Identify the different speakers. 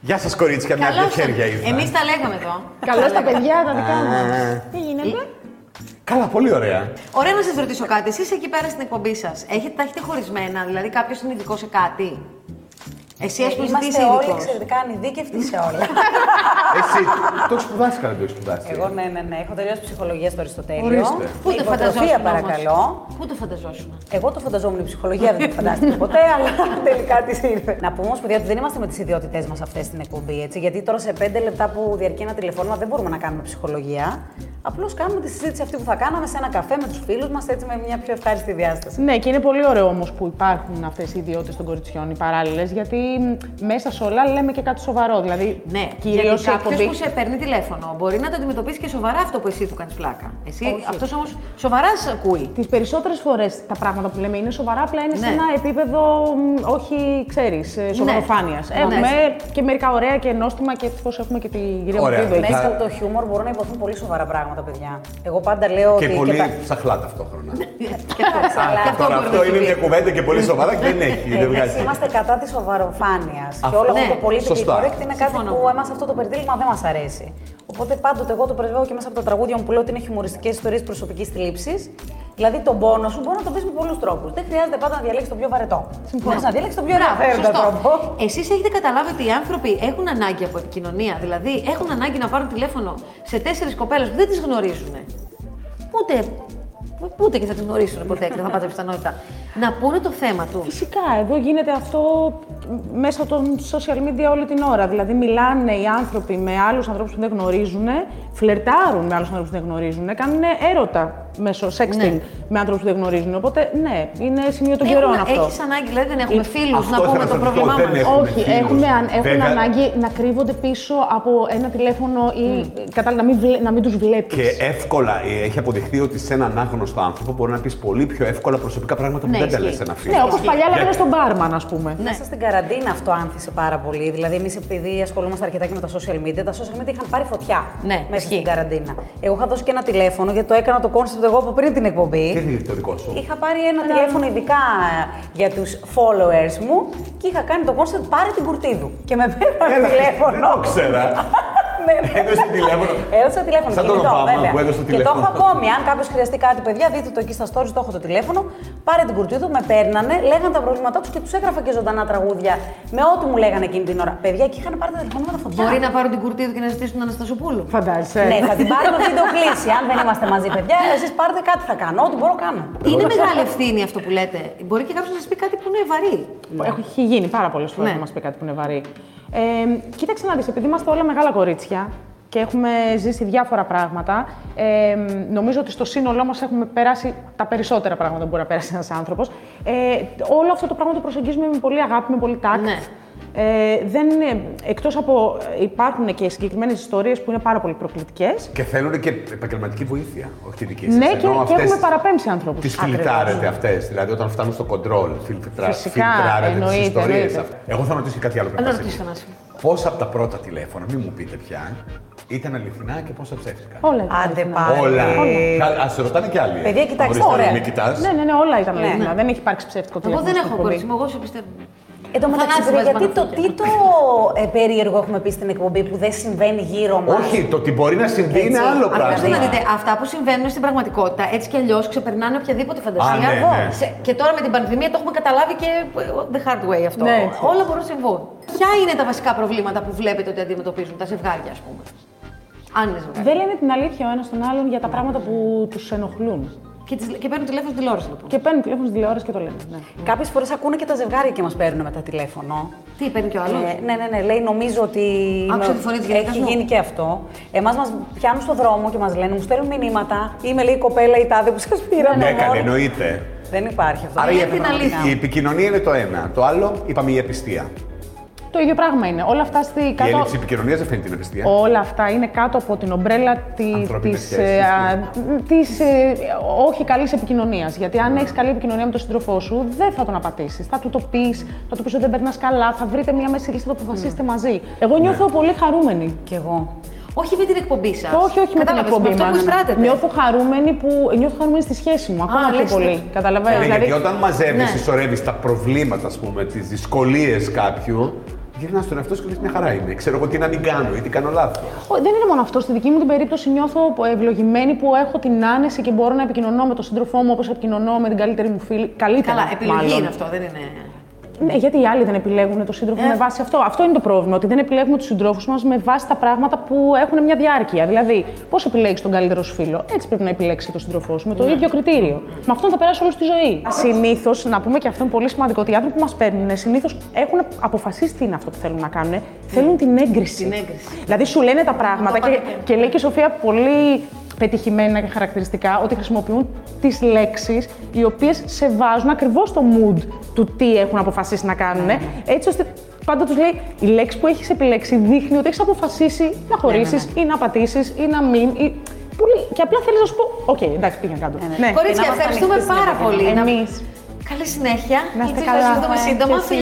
Speaker 1: Γεια σας, κορίτσια, μια
Speaker 2: Καλώς
Speaker 1: δυο
Speaker 2: τα-
Speaker 1: χέρια είδα.
Speaker 2: Εμείς τα λέγαμε εδώ.
Speaker 3: Καλώς τα παιδιά τα δικά μου.
Speaker 1: Α,
Speaker 3: Τι γίνεται.
Speaker 1: Καλά, πολύ ωραία.
Speaker 2: Ωραία, να σας ρωτήσω κάτι. Εσείς εκεί πέρα στην εκπομπή σας, έχετε, τα έχετε χωρισμένα, δηλαδή κάποιος είναι ειδικός σε κάτι. Εσύ, ας πούμε, τι είσαι
Speaker 4: Ε, Είμαστε όλοι
Speaker 2: ειδικό.
Speaker 4: εξαιρετικά ανειδίκευτοι σε όλα.
Speaker 1: Εσύ το έχεις σπουδάσει καλά, το έχεις σπουδάσει.
Speaker 4: Εγώ ναι, ναι, ναι. Έχω τελειώσει ψυχολογία στο Αριστοτέλειο.
Speaker 1: Ορίστε.
Speaker 2: Πού το
Speaker 4: Υποτροφία,
Speaker 2: φανταζόσουν.
Speaker 4: παρακαλώ.
Speaker 2: Πού το φανταζόσουν.
Speaker 4: Εγώ το φανταζόμουν η ψυχολογία, δεν το φαντάστηκα ποτέ, αλλά τελικά της ήρθε. Να πούμε όμως, παιδιά, ότι δεν είμαστε με τις ιδιότητές μας αυτές στην εκπομπή, έτσι. Γιατί τώρα σε πέντε λεπτά που διαρκεί ένα τηλεφώνημα δεν μπορούμε να κάνουμε ψυχολογία. Απλώς κάνουμε τη συζήτηση αυτή που θα κάναμε σε ένα καφέ με τους φίλους μας, έτσι με μια πιο ευχάριστη διάσταση.
Speaker 3: Ναι, και είναι πολύ ωραίο όμως που υπάρχουν αυτές οι ιδιότητες των κοριτσιών, οι παράλληλες, γιατί μ, μέσα σε όλα λέμε και κάτι σοβαρό. Δηλαδή,
Speaker 2: Ναι,
Speaker 3: κυρίως η
Speaker 2: γιατί κάποιος
Speaker 3: εκπομπή.
Speaker 2: που σε παίρνει τηλέφωνο μπορεί να το αντιμετωπίσει και σοβαρά αυτό που εσύ του κάνεις πλάκα. Εσύ,
Speaker 4: Όχι.
Speaker 2: αυτός όμως σοβαράς σε ακούει.
Speaker 3: Τις περισσότερες φορές τα πράγματα που λέμε είναι σοβαρά, απλά είναι σε
Speaker 2: Ναι.
Speaker 3: ένα επίπεδο, μ, όχι ξέρεις, σοβαροφάνειας.
Speaker 2: Ναι.
Speaker 3: Έχουμε
Speaker 2: Ναι.
Speaker 3: και μερικά ωραία και νόστιμα και ευτυχώ έχουμε και την κυρία
Speaker 1: Ωραία.
Speaker 3: Μουκρίδου εκεί.
Speaker 4: Μέσα
Speaker 1: θα-
Speaker 4: από το χιούμορ μπορούν να υποθούν πολύ σοβαρά πράγματα, παιδιά. Εγώ πάντα λέω
Speaker 1: Και
Speaker 4: ότι.
Speaker 1: πολύ
Speaker 4: τα-
Speaker 1: ψαχλά ταυτόχρονα.
Speaker 2: Και αυτό-
Speaker 4: Α,
Speaker 2: και
Speaker 1: Τώρα
Speaker 2: μπορεί
Speaker 1: αυτό
Speaker 2: να
Speaker 1: είναι
Speaker 2: συμβεί.
Speaker 1: μια κουβέντα και πολύ σοβαρά και δεν έχει.
Speaker 4: Ε,
Speaker 1: δεν βγάζει.
Speaker 4: εμείς είμαστε κατά της σοβαροφάνειας. Και
Speaker 1: Αυτό-
Speaker 4: όλο αυτό
Speaker 2: Ναι,
Speaker 4: το πολύ
Speaker 1: σωστά.
Speaker 4: correct είναι κάτι
Speaker 2: Συμφωνώ.
Speaker 4: που εμάς αυτό το περιτύλιγμα δεν μας αρέσει. Οπότε πάντοτε εγώ το πρεσβεύω και μέσα από τα τραγούδια μου που λέω ότι είναι χιουμοριστικές ιστορίες προσωπικής θλίψης. Δηλαδή τον πόνο σου μπορεί να το πεις με πολλούς τρόπους. Δεν χρειάζεται πάντα να διαλέξεις τον πιο βαρετό. Μπορεί να διαλέξει τον πιο
Speaker 2: Μπράβο,
Speaker 4: ενδιαφέροντα τρόπο.
Speaker 2: σωστό. Εσείς έχετε καταλάβει ότι οι άνθρωποι έχουν ανάγκη από επικοινωνία. Δηλαδή, έχουν ανάγκη να πάρουν τηλέφωνο σε τέσσερις κοπέλες που δεν τις γνωρίζουν. Ούτε, ούτε και θα τι γνωρίσουν ποτέ και δεν θα πάτε πιθανότητα. Να πούνε το θέμα τους.
Speaker 3: Φυσικά, εδώ γίνεται αυτό μέσα των social media όλη την ώρα. Δηλαδή, μιλάνε οι άνθρωποι με άλλους ανθρώπους που δεν γνωρίζουν, φλερτάρουν με άλλους ανθρώπους που δεν γνωρίζουν, κάνουν έρωτα μέσω sexting
Speaker 2: Ναι.
Speaker 3: με άνθρωπου που δεν γνωρίζουν. Οπότε, ναι, είναι σημείο των
Speaker 2: Έχουν-
Speaker 3: καιρών αυτό.
Speaker 2: Έχεις ανάγκη, δηλαδή δεν έχουμε φίλους
Speaker 1: Αυτό
Speaker 2: να
Speaker 1: ήθελα
Speaker 2: πούμε
Speaker 1: να
Speaker 2: το
Speaker 1: σας πω,
Speaker 2: πρόβλημά
Speaker 1: δεν
Speaker 2: μα.
Speaker 1: έχω.
Speaker 3: Όχι,
Speaker 1: φίλους.
Speaker 3: έχουμε, αν- έχουν
Speaker 1: Βέβαια-
Speaker 3: ανάγκη να κρύβονται πίσω από ένα τηλέφωνο ή κατάλαβα, να μην, βλέ, να μην τους βλέπεις.
Speaker 1: Και εύκολα ε, έχει αποδειχθεί ότι σε έναν άγνωστο άνθρωπο μπορεί να πεις πολύ πιο εύκολα προσωπικά πράγματα που
Speaker 2: Ναι,
Speaker 1: δεν τα
Speaker 2: ισχύει.
Speaker 1: λες ένα φίλο.
Speaker 3: Ναι, όπως παλιά λέγανε
Speaker 1: Γιατί-
Speaker 3: στον μπάρμαν, ας πούμε.
Speaker 2: Ναι.
Speaker 4: Μέσα στην καραντίνα αυτό άνθησε πάρα πολύ. Δηλαδή, εμείς επειδή ασχολούμαστε αρκετά και με τα social media, τα social media είχαν πάρει φωτιά
Speaker 2: Ναι,
Speaker 4: μέσα
Speaker 2: ισχύει.
Speaker 4: στην καραντίνα. Εγώ είχα δώσει και ένα τηλέφωνο γιατί το έκανα το κόνσεπτ εγώ από πριν την εκπομπή.
Speaker 1: Τι είναι το δικό σου.
Speaker 4: Είχα πάρει ένα τηλέφωνο ειδικά ε, για τους followers μου και είχα κάνει το κόνσεπτ πάρε την κουρτίδου. Και με πήραν
Speaker 1: Έλα,
Speaker 4: τηλέφωνο.
Speaker 1: Δεν το ξέρα.
Speaker 4: Ναι, ναι.
Speaker 1: Έδωσε τηλέφωνο.
Speaker 4: Έδωσα τηλέφωνο.
Speaker 1: Σαν τον
Speaker 4: κινητό,
Speaker 1: Ομπάμα
Speaker 4: βέβαια.
Speaker 1: που έδωσε το
Speaker 4: Και το έχω
Speaker 1: τηλέφωνο.
Speaker 4: ακόμη. Αν κάποιος χρειαστεί κάτι, παιδιά, δείτε το εκεί στα stories, το έχω το τηλέφωνο. Πάρε την κουρτίδα, με παίρνανε, λέγανε τα προβλήματά τους και τους έγραφα και ζωντανά τραγούδια με ό,τι μου λέγανε εκείνη την ώρα. Παιδιά, εκεί είχαν πάρει τα τηλεφωνήματα φωτιά.
Speaker 2: Μπορεί να πάρουν την κουρτίδα και να ζητήσουν τον Αναστασοπούλου.
Speaker 3: Φαντάζεσαι.
Speaker 4: Ναι, θα την πάρουμε βίντεο κλίση. Αν δεν είμαστε μαζί, παιδιά, εσείς πάρετε κάτι θα κάνω. Ό,τι μπορώ κάνω.
Speaker 2: Είναι μεγάλη ευθύνη αυτό που λέτε. Μπορεί και κάποιος να σας πει κάτι που είναι βαρύ.
Speaker 3: Έχει γίνει πάρα πολλές φορές
Speaker 2: Ναι.
Speaker 3: να μας πει κάτι που είναι βαρύ. Ε, κοίταξε να δεις, επειδή είμαστε όλα μεγάλα κορίτσια και έχουμε ζήσει διάφορα πράγματα, ε, νομίζω ότι στο σύνολό μας έχουμε περάσει τα περισσότερα πράγματα που μπορεί να πέρασει ένας άνθρωπος. Ε, όλο αυτό το πράγμα το προσεγγίζουμε με πολύ αγάπη, με πολύ τάκτ.
Speaker 2: Ναι.
Speaker 3: Ε, δεν, είναι- εκτός από ε, υπάρχουν και συγκεκριμένες ιστορίες που είναι πάρα πολύ προκλητικές,
Speaker 1: Και θέλουν και επαγγελματική βοήθεια. Όχι δική σας.
Speaker 3: ναι, και,
Speaker 1: Ενώ
Speaker 3: και
Speaker 1: αυτές
Speaker 3: έχουμε παραπέμψει ανθρώπους.
Speaker 1: Τις φιλτράρετε αυτές. Δηλαδή, όταν φτάνουν στο κοντρόλ,
Speaker 3: Φυσικά,
Speaker 1: φιλτράρετε τις
Speaker 3: εννοείται,
Speaker 1: ιστορίες
Speaker 3: εννοείται.
Speaker 1: αυτές. Εγώ θα ρωτήσω και κάτι άλλο πριν
Speaker 2: Να
Speaker 1: πας
Speaker 2: ρωτήσω,
Speaker 1: εκεί.
Speaker 2: Θανάση.
Speaker 1: Πόσα από τα πρώτα τηλέφωνα, μην μου πείτε πια, ήταν αληθινά και πόσα ψεύτηκαν.
Speaker 3: Όλα ήταν
Speaker 4: Άντε
Speaker 3: αληθινά.
Speaker 4: πάλι.
Speaker 1: Όλα. Ας σε ρωτάνε κι άλλοι. ε.
Speaker 4: Παιδιά, κοιτάξτε,
Speaker 1: Μπορείς να
Speaker 4: ωραία.
Speaker 1: μην κοιτάς.
Speaker 3: Ναι, ναι, ναι, όλα ήταν
Speaker 4: Ναι.
Speaker 3: αληθινά. Δεν έχει υπάρξει ψεύτικο
Speaker 2: Εγώ
Speaker 3: τηλέφωνο.
Speaker 2: δεν
Speaker 3: στην
Speaker 2: έχω
Speaker 3: εκπομπή.
Speaker 2: κορίτσι μου, εγώ σε πιστεύω.
Speaker 4: Εν τω μεταξύ,
Speaker 2: Θανάση μας
Speaker 4: παιδιά, γιατί το, τι
Speaker 2: Παναγιώτη.
Speaker 4: το ε, περίεργο έχουμε πει στην εκπομπή που δεν συμβαίνει γύρω μας.
Speaker 1: Όχι, το ότι μπορεί να συμβεί είναι
Speaker 4: ναι. Έτσι,
Speaker 1: άλλο
Speaker 4: αυτό
Speaker 1: πράγμα.
Speaker 2: Ακούστε να δείτε, αυτά που συμβαίνουν στην πραγματικότητα έτσι κι αλλιώς ξεπερνάνε οποιαδήποτε φαντασία.
Speaker 1: Α, ναι, ναι.
Speaker 2: Σε- Και τώρα με την πανδημία το έχουμε καταλάβει και ε, the hard way αυτό.
Speaker 3: Ναι, έτσι.
Speaker 2: Όλα μπορούν να συμβούν. Ποια είναι τα βασικά προβλήματα που βλέπετε ότι αντιμετωπίζουν τα ζευγάρια, ας πούμε. Αν είναι ζευγάρια.
Speaker 3: Δεν λένε την αλήθεια ο ένας τον άλλον για τα πράγματα που τους ενοχλούν.
Speaker 2: Και, τις, και παίρνουν τηλέφωνο στην τηλεόραση λοιπόν.
Speaker 3: Και παίρνουν τηλέφωνο στην τηλεόραση και το λένε. Ναι.
Speaker 4: Κάποιες φορές ακούνε και τα ζευγάρια και μας παίρνουν μετά τηλέφωνο.
Speaker 2: Τι παίρνει κι ο άλλος.
Speaker 4: Ε, ναι, ναι, ναι. Λέει, νομίζω ότι.
Speaker 2: Άκουσα τη φωνή της γυναίκας
Speaker 4: Έχει
Speaker 2: μου.
Speaker 4: γίνει και αυτό. Εμάς μας πιάνουν στον δρόμο και μας λένε, μου στέλνουν μηνύματα. Είμαι λέει η κοπέλα η τάδε που σας πήρα.
Speaker 1: Ναι,
Speaker 4: μαμών».
Speaker 1: έκανε, εννοείται.
Speaker 4: Δεν υπάρχει αυτό.
Speaker 1: Άρα
Speaker 4: Δεν
Speaker 1: η,
Speaker 2: την
Speaker 4: υπάρχει
Speaker 2: αλήθεια.
Speaker 1: η επικοινωνία είναι το ένα. Το άλλο, είπαμε, η επιστία.
Speaker 3: Το ίδιο πράγμα είναι. Όλα αυτά, στη
Speaker 1: Η
Speaker 3: κάτω...
Speaker 1: έλλειψη επικοινωνίας δεν φαίνεται την επιστία.
Speaker 3: Όλα αυτά είναι κάτω από την ομπρέλα τη,
Speaker 1: Ανθρώπινες
Speaker 3: της,
Speaker 1: σχέσεις,
Speaker 3: ε, α, της, ε, όχι καλής επικοινωνίας. Γιατί αν έχεις καλή επικοινωνία με τον σύντροφό σου, δεν θα τον απατήσεις. Θα του το πεις, θα του πεις ότι δεν περνάς καλά, θα βρείτε μια μέση λύση, θα το αποφασίσετε μαζί.
Speaker 1: Ναι.
Speaker 3: Εγώ νιώθω πολύ χαρούμενη.
Speaker 4: Κι εγώ.
Speaker 2: Όχι με την εκπομπή σας.
Speaker 3: Όχι, όχι με την εκπομπή
Speaker 2: Αυτό που
Speaker 3: μας.
Speaker 2: εισπράτεται.
Speaker 3: Νιώθω χαρούμενη που νιώθω χαρούμενη στη σχέση μου. Ακόμα πιο
Speaker 2: λες, ναι.
Speaker 3: πολύ. Καταλαβαίνω.
Speaker 1: Ναι,
Speaker 3: δηλαδή,
Speaker 1: γιατί όταν μαζεύεις,
Speaker 2: ναι.
Speaker 1: συσσωρεύει τα προβλήματα, ας πούμε, τις δυσκολίες κάποιου, γυρνάς στον εαυτό σου και λες μια χαρά είναι. Ξέρω εγώ τι να μην κάνω ή τι κάνω λάθος.
Speaker 3: Ω, Δεν είναι μόνο αυτό. Στη δική μου την περίπτωση νιώθω ευλογημένη που έχω την άνεση και μπορώ να επικοινωνώ με τον σύντροφό μου όπως επικοινωνώ με την καλύτερη μου φίλη. Καλύτερα.
Speaker 2: Καλά, επιλογή
Speaker 3: μάλλον.
Speaker 2: είναι αυτό, δεν είναι.
Speaker 3: Ναι, γιατί οι άλλοι δεν επιλέγουν τον σύντροφο
Speaker 2: Ε.
Speaker 3: με βάση αυτό. Αυτό είναι το πρόβλημα. Ότι δεν επιλέγουμε τους συντρόφους μας με βάση τα πράγματα που έχουν μια διάρκεια. Δηλαδή, πώς επιλέγεις τον καλύτερο σου φίλο, έτσι πρέπει να επιλέξει και τον σύντροφό σου, με το
Speaker 2: Ναι.
Speaker 3: ίδιο κριτήριο. Με αυτόν θα περάσει όλη τη ζωή. Συνήθω, να πούμε και αυτό είναι πολύ σημαντικό, ότι οι άνθρωποι που μας παίρνουν συνήθως έχουν αποφασίσει τι είναι αυτό που θέλουν να κάνουν. Θέλουν την έγκριση.
Speaker 2: Ναι. Την έγκριση.
Speaker 3: Δηλαδή, σου λένε τα πράγματα
Speaker 2: πάνε
Speaker 3: και,
Speaker 2: και-
Speaker 3: και λέει και η Σοφία πολύ πετυχημένα και χαρακτηριστικά ότι χρησιμοποιούν τις λέξεις οι οποίες σε βάζουν ακριβώς στο mood του τι έχουν αποφασίσει να κάνουν. Έτσι ώστε πάντα τους λέει: Η λέξη που έχεις επιλέξει δείχνει ότι έχεις αποφασίσει να χωρίσει ή να πατήσεις ή να μην. Ή... Πολύ... Και απλά θέλεις να σου πω: Οκ, εντάξει, πήγαινε κάτω. Ναι.
Speaker 2: Κορίτσια,
Speaker 4: Και να είμαστε
Speaker 2: ευχαριστούμε
Speaker 4: ανοιχτοί στην
Speaker 2: πάρα
Speaker 4: επικοινωνία.
Speaker 2: πολύ. Να-
Speaker 3: Εμείς.
Speaker 2: Καλή συνέχεια.
Speaker 3: Να είστε
Speaker 2: Ελπίζω
Speaker 3: καλά.
Speaker 2: Να σας δούμε
Speaker 3: Ε,
Speaker 2: σύντομα.
Speaker 3: και εσύ.